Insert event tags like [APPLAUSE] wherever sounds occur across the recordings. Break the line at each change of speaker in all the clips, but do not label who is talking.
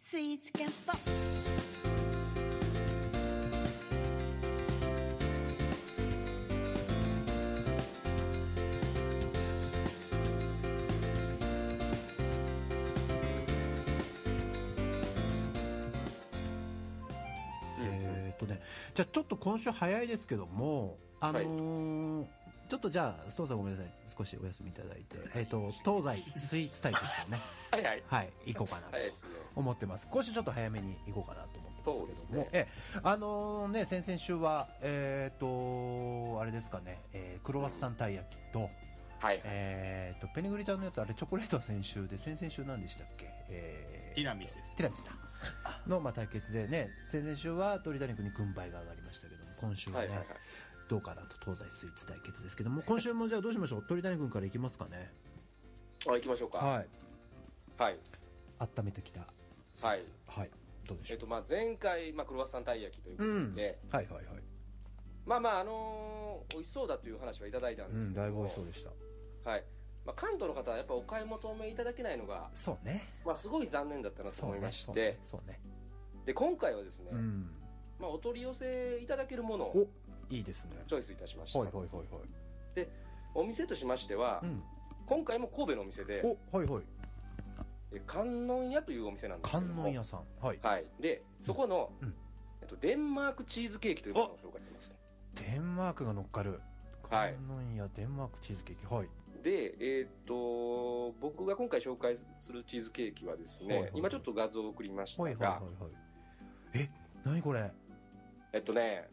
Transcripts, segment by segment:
スイーツキャスト
えーっとね、じゃあちょっと今週早いですけども、あのーちょっとじゃあ、ストーンさんごめんなさい。少しお休みいただいて、えーっと、東西スイーツ対決を
[LAUGHS]
ね、
はいはい。
はい、行こうかなと
早いですね。
思ってます。今週ちょっと早めに行こうかなと思ってますけども、
そうですね
ええあのーね、先々週は、えーっと、あれですかね、えークロワッサンたい焼きと、
はいはい。
えーっと、ペニグリちゃんのやつ、あれチョコレートは先週で、先々週何でしたっけえー
ティラミスです
ティラミスだの、まあ、対決でね先々週は鳥谷君に軍配が上がりましたけども今週は
は
ね、
いはいはい。
どうかなと東西スイーツ対決ですけども今週もじゃあどうしましょう鳥谷君からいきますかね
あ、行きましょうか。
はい
はい。
温めてきたスイ
は
ー
い
ツ。はい、どうでし
え
ょ
っ
う、
と、まあ、前回、まあ、クロワッサンたい焼きというこ
うん
とで、
はいはいはい、
まあまあ、あのー美味しそうだという話はいただいたんで
うん、
すけど、
だいぶ美味しそうでした
はい。まあ、関東の方はやっぱお買い求めいただけないのが、
そうね
まあ、すごい残念だったなと
そ
思
う
い
ね
まし
そう
て
ね、そうね
で、今回はですね、
うん
まあ、お取り寄せいただけるものを
おいいですねは
チョイスいたしまし
い
た。
はいはいはい
で、お店としましては、
うん
今回も神戸のお店で、
おはいはい
え観音屋というお店なんですけども
観音屋さんはい
はい。で、そこの、
うん
えっと、デンマークチーズケーキというものを紹介しますね。
デンマークが乗っかる
はい
観音屋デンマークチーズケーキはい
で、えーっと、僕が今回紹介するチーズケーキはですね、
はいはい
今ちょっと画像を送りましたが、
はいはいはいはいえ何これ
えっとね、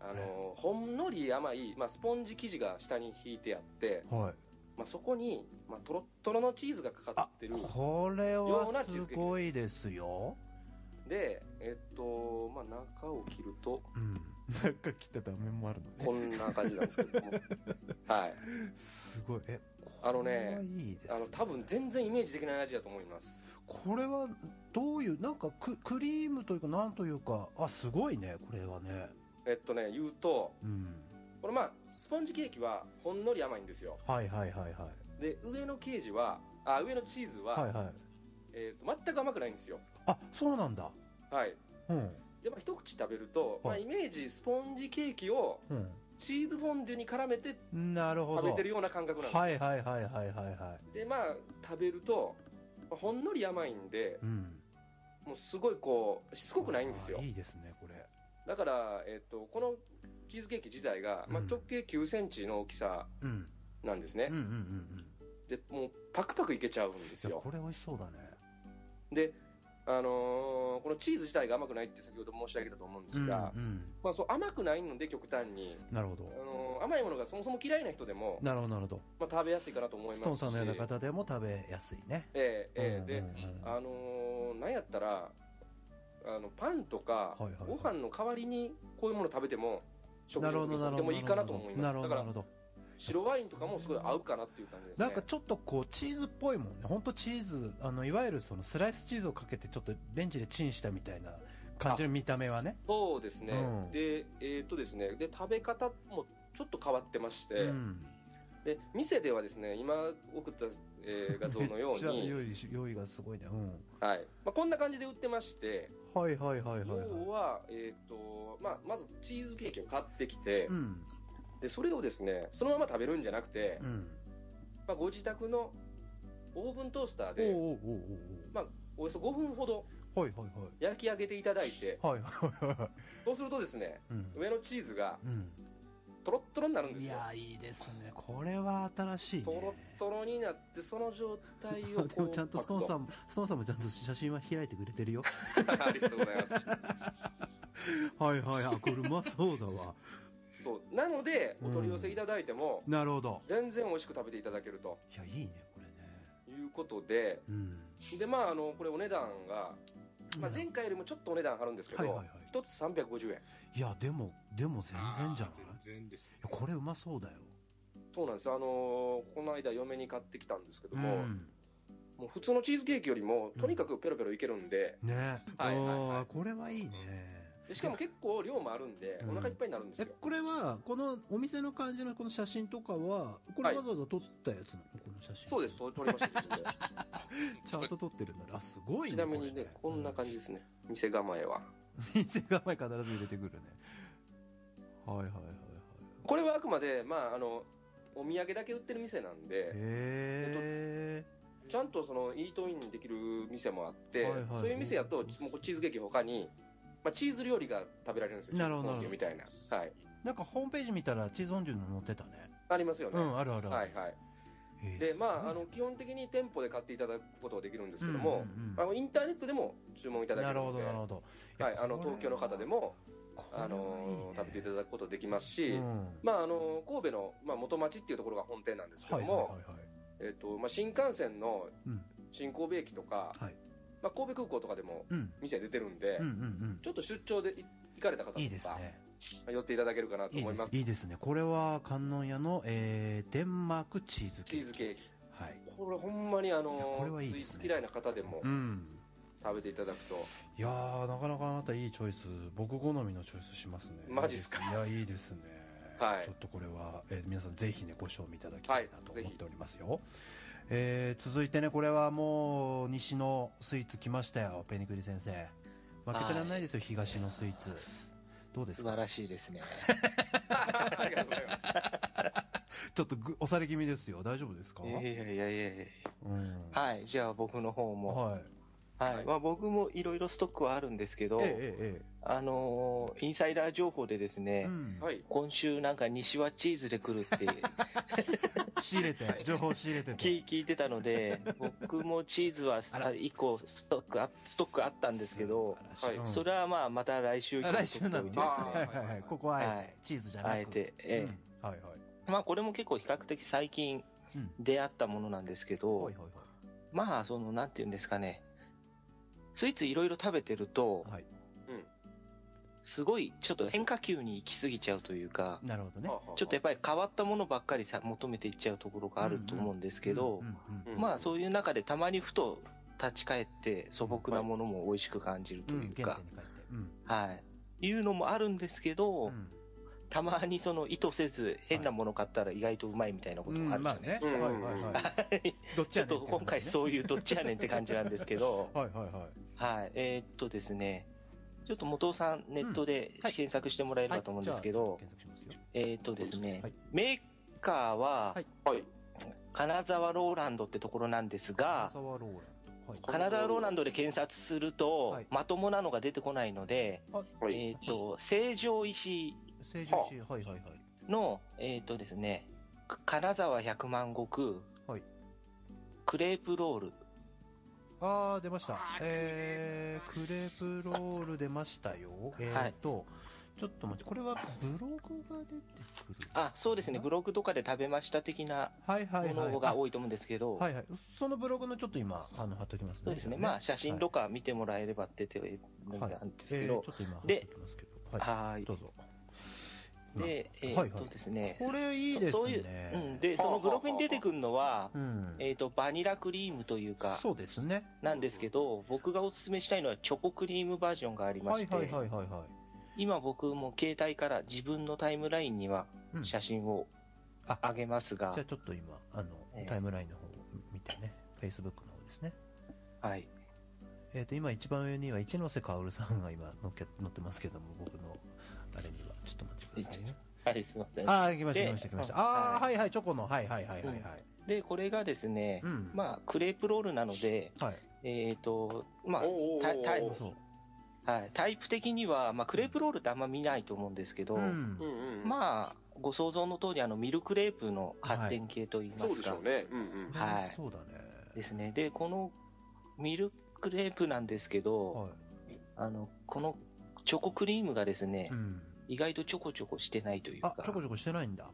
あの、ほんのり甘い、まあ、スポンジ生地が下に引いてあって、
はい
まあ、そこに、まあ、とろっとろのチーズがかか
あ
ってる。
これはすごいですよ
で、えっと、まあ、中を切ると、
うんなんか切った断面もあるのね
こんな感じなんです
[LAUGHS]
けども。はい。
すごいえ
あのね
これはいいですね
あの、多分全然イメージできない味だと思います。
これはどういうなんかククリームというかなんというかあすごいねこれはね
えっとね、言うと、
うん
これまあ、スポンジケーキはほんのり甘いんですよ。
はいはいはいはい
で、上のケージは、あ、上のチーズは、
はいはい
えーと全く甘くないんですよ。
あそうなんだ
はい。
うん
で、まあ、一口食べると、まあ、
はい
イメージ、スポンジケーキをチーズフォンデュに絡めて
うんなるほど
食べてるような感覚なんです。
はいはいはいはいはいはい
で、まあ、食べると、まあほんのり甘いんで
う、ん
もうすごいこう、しつこくないんですよ
あ。いいですねこれ
だから、えっと、このチーズケーキ自体が、まあ、
うん
直径9センチの大きさ
うん
なんです
うん
ね
うん。うんうん
で、もうパクパクいけちゃうんで
です
よ。
これ美味しそうだね
で、あのーこのチーズ自体が甘くないって先ほど申し上げたと思うんですが、
うんうん
まあ、そう甘くないので極端に、
なるほ
あ
ど
のー甘いものがそもそも嫌いな人でも、
なるほどなるほど
まあ、食べやすいかなと思い
ス
ま
トーン
すし
さんのような方でも食べやすいね
ええええ
うんうん
で、
うん
あのーなんやったらあのパンとか
はいはいはい
ご飯の代わりにこういうもの食べても食
な
事
る
の
ほ
時
ど
にと
な
っ
る
て
ほど
もいいかなと思いま
な
す
る
だ
ほどな
か
るほ
ら
ど
白ワインとかもすごい合うかなっていう感じですね
なんかちょっとこうチーズっぽいもんねほんとチーズあのいわゆるそのスライスチーズをかけてちょっとレンジでチンしたみたいな感じの見た目はね
そうですね、
うん
でえーっとですねで食べ方もちょっと変わってまして、
うん
で店ではですね今送った、えー画像のよ
[LAUGHS]
う
めっちゃ
に、
用意し用意がすごいねうん
はいまあ、こんな感じで売ってまして、
はいはいはいはい
要
は
は、えーとまあ、まずチーズケーキを買ってきて、
いうん
でそれをですねそのまま食べるんじゃなくて、
うん
まあ、ご自宅のオーブントースタ
お
ー
う
で、
おうおうおう
まあ、およそ5分ほど
おうはいはいはい
焼き上げていただいて
はいはいはいは
そうするとですね
いうん
上のチーズが
うん
とろっとろになるんで
い
すよ
やいいですねこれは新しいね
とろっとろになってその状態
まあ [LAUGHS]
を
でもちゃんとストーンさ
ん
んも、ストーンさんもちゃんと写真は開いてくれてるよ。
[LAUGHS] ありがとうございます
はいはい、あ、これうまそうだわ。
そうなのでお取り寄せいただいても、
なるほど。
全然美味しく食べていただけると
いや、いいね、これね。
いうことで、
うん。
で、まあ、あの、これお値段が、まあ、前回よりもちょっとお値段張るんですけど、一、
はいはいはい
つ350円。
いや、でも、でも全然じゃ
あー
ないい
全然ですね
やこれうまそうだよ。
そうなんですよあのーこの間嫁に買ってきたんですけど
う
も、
ん。
もう普通のチーズケーキよりも、とにかくペロペロいけるんで、
ね。
はいはいはい
あーこれはいいね。
でしかも結構量もあるんで、
うん
お腹いっぱいになるんです
え
よ。
これはこのお店の感じのこの写真とかはこれ
はい
わざわざ撮ったやつなの、この写真
そうです、と取り
[LAUGHS]
ました自分で
ちゃんと撮ってるんだねあすごい
ち
ね
なみにね、
れ
こんな感じですね。店構えは。
うん店構え必ず入れてくるねはいはいはいはい
これはあくまで、まあ、あの、お土産だけ売ってる店なんで、
へえ
ちゃんとその、イートインできる店もあって、
はいはい
そういう店やと、もうチーズケーキ他に、まあ、チーズ料理が食べられるんですよ。
なるほど
チーズフォンデュみたいな。はい。
なんかホームページ見たらチーズオンジュの載ってたね
ありますよ
う
ね。
んあるあるあ
は
る
いはい。
へえ
で、まあ、あ
すごい
の、
ね
基本的に店舗で買っていただくことができるんですけど
う
も
ん、うんうん
あのインターネットでも注文いただけ
な
る
るほ
の
ど
で、
なるほど
はい、あの東京の方で
も
も、あの食べていた
だ
だくことできますし、
うん
まああの神戸の、まあ、元町っていうところが本店なんですけど
はいはい
も、
はいはい
えっとまあ、新幹線の
うん
新神戸駅とか、
はい
まあ、神戸空港とかでも
うん
店出てるんで、
うんうん
ちょっと出張でい行かれた方と
う
か
んいいですね
寄っていただけるかなと
いい
思
で
います
すいいですねこれは観音屋の、えーデンマークチーズケ
チ
ーキ
ーズケーキ
はい
これほんまにあ
いやこれ
の
はいい
ス
で
イー
すね
ツ嫌いな方でも
うん
食べていただくと、
いやーなかなかあなたいいチョイス僕好みのチョイスしますね
マジっすか
いやいいですね
はい
ちょっとこれは、えー皆さんぜひねご賞味いただきたいなと
はいぜ
思っ
ひ
ておりますよ、えー続いてねこれはもう西のスイーツ来ましたよペニクリ先生負けてらんないですよ、東のスイーツどうです
素
か
晴らしいですね。
ありがとうございます
ちょっとぐ押され気味ですよ大丈夫ですか、
いやいやいやいやいや
うん
はい、じゃあ僕の方も。
はい
はい、
はい
まあ僕もいろいろストックはあるんですけど、
えええ
あのーインサイダー情報でです
えええ
ね、
うん
はい
今週なんか西はチーズで来るって
仕入れて情報仕入れ
[LAUGHS]
て [LAUGHS]
聞聞いてたので、僕もチーズは
あら
1個ストックあストックあったんですけど、
素晴らし
はい
それはまあまた来週
あ来週な
取っ
ん
て
でね
おいてです
あ
は
ね
いはいはい [LAUGHS] ここはあえて、
はい
チーズじゃなく
あえて、ええ
うんはいはい
まあこれも結構比較的最近
うん
出会ったものなんですけど、
はいはいはい
まあそのなんていうんですかねスイーツいろいろ食べてると
はい
すごいちょっと変化球に行き過ぎちゃうというか
なるほどね
はあはあはあ
ちょっとやっぱり変わったものばっかりさ求めていっちゃうところがあると思うんですけど
うんうんうん
うん
まあそういう中でたまにふと立ち返って素朴なものも美味しく感じると
うん
い
原
う
点に帰
か
ってうん
はいいうのもあるんですけど
うん
たまにその意図せず変なもの買ったら意外とうまいみたいなこともあ
うん
るじ
ま
ゃ
あ
ない [LAUGHS]
ね
うん
はいはいはいどっち
ちょ
や
っ
ねん
と今回そういうどっちやねんって感じなんですけど、
うはいはいはい
はい、えーっとですね、ちょっと元尾さん、ネットで
はい
検索してもらえればと思うんですけど、
はいじゃあ検索しますよ
えーっとですね、
はい
メーカーは
はい
はい
金沢ローランドってところなんですが
金、沢ローランドはい
金
金沢ローランドで検索すると、
はい
まともなのが出てこないので、
はい
えーっと、成城石井
成城石井はいはいはい
の、えーっとですね、か金沢百万石、
はい
クレープロール、
あー出ました
あー
えー、クレープロール出ましたよえーとちょっと待ってこれはブログが出てくる
あ、そうですね、ブ
ロ
ログとかで食べました的な
はいはい
も
はい
のが多いと思うんですけど、
はいはいそのブログのちょっと今あの貼っときますね
そうですね。まあ、写真とか見てもらえればっててなんですけ
え
ど
ーち、ょっと今貼っ
で
ときますけどはい
はーい。
どうぞ
で、え
はい
ーっ
はい
とですね、
これいいですね
そういう、うん、で、そのブログに出てくるのは、
うん
えーっと、バニラクリームというか、
そうですね
なんですけど、僕がおすすめしたいのはチョコクリームバージョンがありま
は
し
いはい
て、
はいはいは、
今僕も携帯から自分のタイムラインにはい
うん、じゃ
写真を
あ
上げますが
あ、ちょっと今あの
ええ
タイムラインの方を見てね Facebook の方ですね
はい。
えー、と今一番上には一ノ瀬薫さんが今乗っけ [LAUGHS] 乗ってますけども僕のあれにはちょっと待ってくださいね
はい、すいません。
ああ来ました
で
来ました来ました
うん
ああー
は
はいはいチョコのはいはいはいはいはい
で、これがですね
う、ん
まあ、クレープロールなので、
はい
えーっと、まあ、
おーおーおー
タイタイ
おー
そう
はい、タイプ的には、まあ、クレープロールってあんま見ないと思うんですけど、
うん
うんうんうん
まあご想像の通りあのミルクレープの発展系といいますか、
そうでしょうね。うんうん。
はい
そうだね
ですねでこのミルクレープなんですけど、
は
あのこのチョコクリームがですね
い、うん、
意外とちょこちょこしてないという
あ
か
ちょこちょこしてないんだ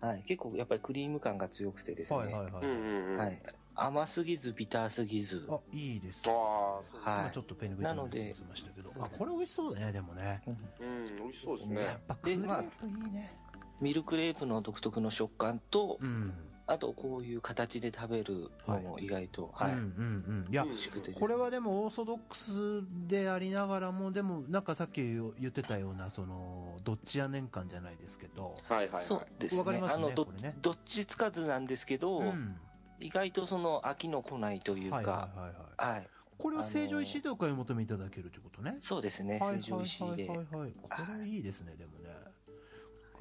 はい、結構やっぱりクリーム感が強くてですね、
はいはいはい、
うんうんうん。
は
あ
い甘すぎずビターすぎず
あいいです
あ、そう
はい
今ちょっとペングリンの話しましたけど
なので
あこれ美味しそうだねでもね
うん、美味しそうです
ね
ね。
やっぱクレープいいね、
ミルクレープの独特の食感と、
うん
あと、こういう形で食べるのも意外と、はい。
うんうんうん。いや
う、ん
美味しくてですね
これはでもオーソドックスでありながらも、でもなんかさっき言ってたような、その、どっちや年間じゃないですけど、
はいはいはい。
そうです
わかり
ね。
ます
あ
ね
の、ど
これね
どっちつかずなんですけど、
うん。
意外とその飽きの来ないという
はいはい
か、
はいはい。
はい
これを成城石井でお買い求めいただけるということね。
そうですね。
はい
成城石井で。
はいはいはいはい。これいいですね、でもね。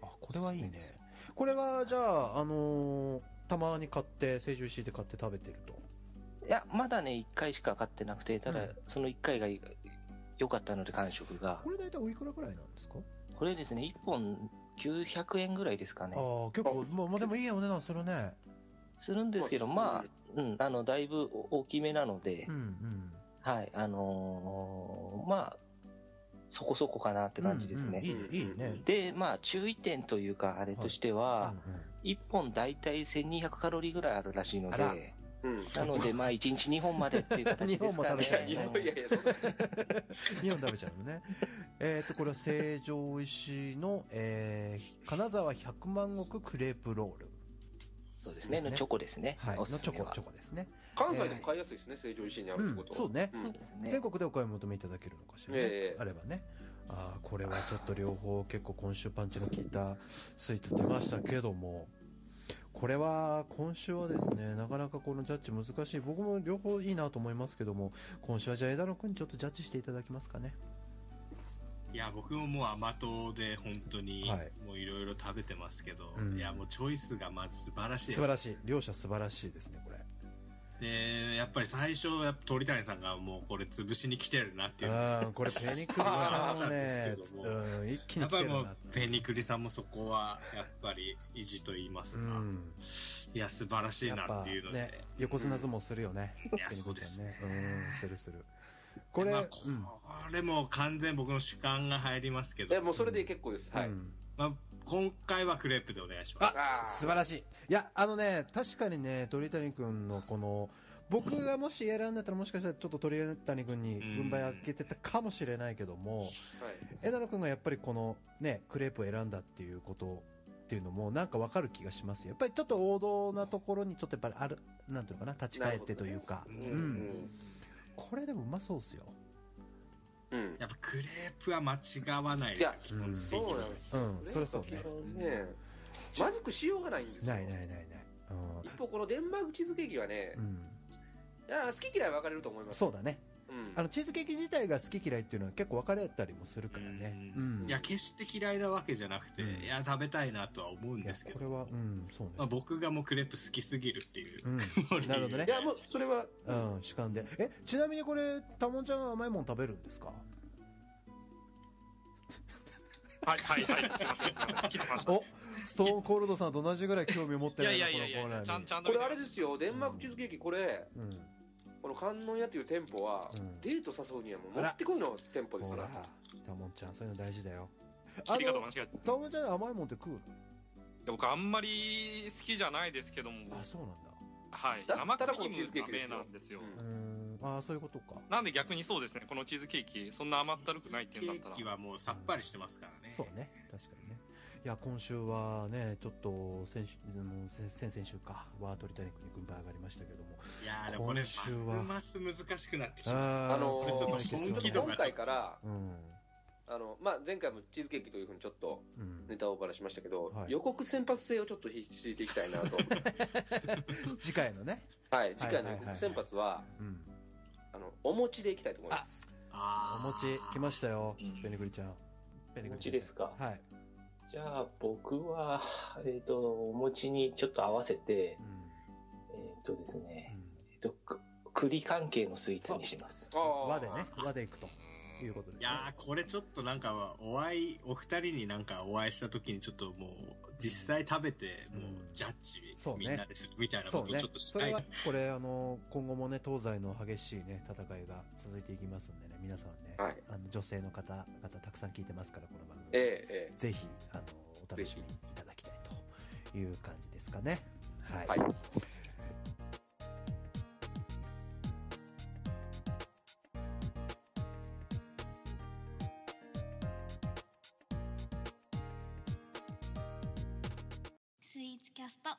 あ、これはいい
そう
ね
です。
これは、じゃあ、あのーたまに買って、成城石井で買って食べてると。
いや、まだね、1回しか買ってなくて、ただ、
うん
その1回が良かったので、感触が
こ。れ大体おいくらくらいなんですか
これですね、1本900円ぐらいですかね
あ。あ、結構、まあ、まあ、でもいいお値段するね。
するんですけど、まあ、うん、あの、だいぶ大きめなので、
うんうん。
はい、あのーまあ、そこそこかなって感じですね。
うんうんいいね、いいね。
で、まあ、注意点というか、あれとしては、
うんうん
1本大体1200カロリーぐらいあるらしいの
あら
で、
うん。
なの
[LAUGHS]
で、まあ、1日2本までっていう形ですか
二本も食べ
[LAUGHS] い
ち
や
ゃう
いや
ね。
いやいや、そんな
2本食べちゃうのね。 [LAUGHS] えっと、これは成城石井の、えー、金沢百万石クレープロール。
そうです
で
ね、
すね
のチョコですね。
はい。の
お
チ
すすめ
ョ
は
コ、チョコですね。
関西でも買いやすいですね、成城石井にあ
う
るって
ん
こ、と。
そうね。
うん
そうですね
全国でお買い求めいただけるのかしらね。
ええ
あればね。ああ、これはちょっと両方結構今週パンチの効いたスイーツ出ましたけども、これは今週はですね、なかなかこのジャッジ難しい。僕も両方いいなと思いますけども、今週はじゃあ枝野くんにちょっとジャッジしていただきますかね。
いや僕ももう甘党で本当に
はい
もういろいろ食べてますけど、
うん
いやもうチョイスがまず素晴らしい
素
です
晴らしい。両者素晴らしいですね、これ。
でやっぱり最初やっぱ鳥谷さんがもうこれ潰しに来てるなっていう
うん、これペニクリさんもね
そう、
うん、一気
や
に
っ
来て
ぱり
る
もう
なって。
ペニクリさんもそこはやっぱり意地と言います
う
か、
ん、
いや素晴らしい
やっ
な
ぱ
っていうので
ね、横綱相撲するよね。
いや
ペニ
そ
ク
う
リ
で
ち
す
ゃんね
ね。
うん、するする。これ、
まあ、こ
うん
れも完全僕の主観が入りますけど
え、もうそれで結構です。はい。
うん
まあ、今回はクレープでお願いします
あ
素晴らしい。いや、あのね、確かにね、鳥谷くんのこの、僕がもし選んだったらもしかしたらちょっと鳥谷くんに軍配あけてたかもしれないけども、
はい。
枝野くんがやっぱりこのね、クレープを選んだっていうことっていうのもなんかわかる気がしますよやっぱりちょっと王道なところにちょっとやっぱりある、なんていうのかな、立ち返ってというか。
う
うんん
うんこれでもうまそうっすよ。
うん。
やっぱクレープは間違わないですよ
いや
基本的
うん
に
そうなんですよね。
うんそりゃそうね
基本ね。まずくしようがないんですよ。
ないないないない。
一方、このデンマークチーズケーキはね
う、ん。うん
いや好き嫌い分かれると思います。
そうだね。
うん。
あの、チーズケーキ自体が好き嫌いっていうのは結構分かれたりもするからね。
うん
うん
いや決して嫌いなわけじゃなくて、
うん
いや食べたいなとは思うん
いや
ですけ
こ
ど
れは、うん、そうね。
まあ、僕がもうクレープ好きすぎるっていう
[LAUGHS]
うん。なるほどね
いや、もう、それは、
うん、主観で。え、ちなみにこれ、タモンちゃんは甘いもん食べるんですか
はいはいはい。すいません。すいません。切れました。
おストーンコールドさんと同じぐらい興味を持っ
い
てな
や
い
い
な、
や
こ
い
のコ
やい
ーナー
や、
に。
ちゃんちゃん
こ
と
れあれですよ、デンマークチーズケーキ、これ、
うん。
この観音屋っていう店舗は
うん、
デート誘うにはもう持ってこいの店舗です
ほ
よ
ら。、タモンちゃん、そういうの大事だよ。あ
切り方
の
間違えた。いや
タモンちゃん甘いもんって食うの
僕あんまり好きじゃないですけども、
あ、そうなんだ。
はい。
だ
生クリ
ただこのチーズケ
ー
ー
ム
キ
が
ですよ
ダメなんですよ。
うん
うーん、ああ、そういうことか。
なんで逆にそうですね、このチーズケーキ、そんな甘ったるくないっていうんだっ
ケ
た
ー
ら
キ。はもうさっぱりしてますからね
そうね、確かにね。いや、今週はね、ちょっと先週、うん先先々週か、は鳥谷君に軍配上がりましたけども。
いやーでもこれ
今週は
ますます難しくなってきます
あ
あの
ーちょっと本気度
今
が
回から、
うん。
あの、まあ、前回もチーズケーキというふうにちょっと
うん
ネタオーバーしましたけど、
はい
予告先発性をちょっと引いていきたいなと。
次回のね。
はい、次回の予告先発は、
うん。
あの、お餅でいきたいと思います。
お
あ
餅来ましたよ
う。ん
ペニクリちゃん。ペニクリちゃん
お餅ですか
はい。
じゃあ、僕は、えっ、と、お餅にちょっと合わせて
う、ん
えっ、とですね、
う
えっ、と、く栗関係のスイーツにします。
あ
ん
あ
和でね、和で行くということです、ね。
いやーこれちょっとなんかお会いお二人になんかお会いした時にちょっともう実際食べて
うん
もうジャッジ
そうね
みんなでするみたいなこ
そう
とを
ね
ちょっ。とし
そ
たい、
れは、これ、あの、今後もね、東西の激しいね、戦いが続いていきますんでね、皆さんね、
はい
あの女性の方々たくさん聞いてますから、この番組。
ええ、え
ぜひ、あの、お楽しみいただきたいという感じですかね。はい。
え。はい。
スイーツキャスト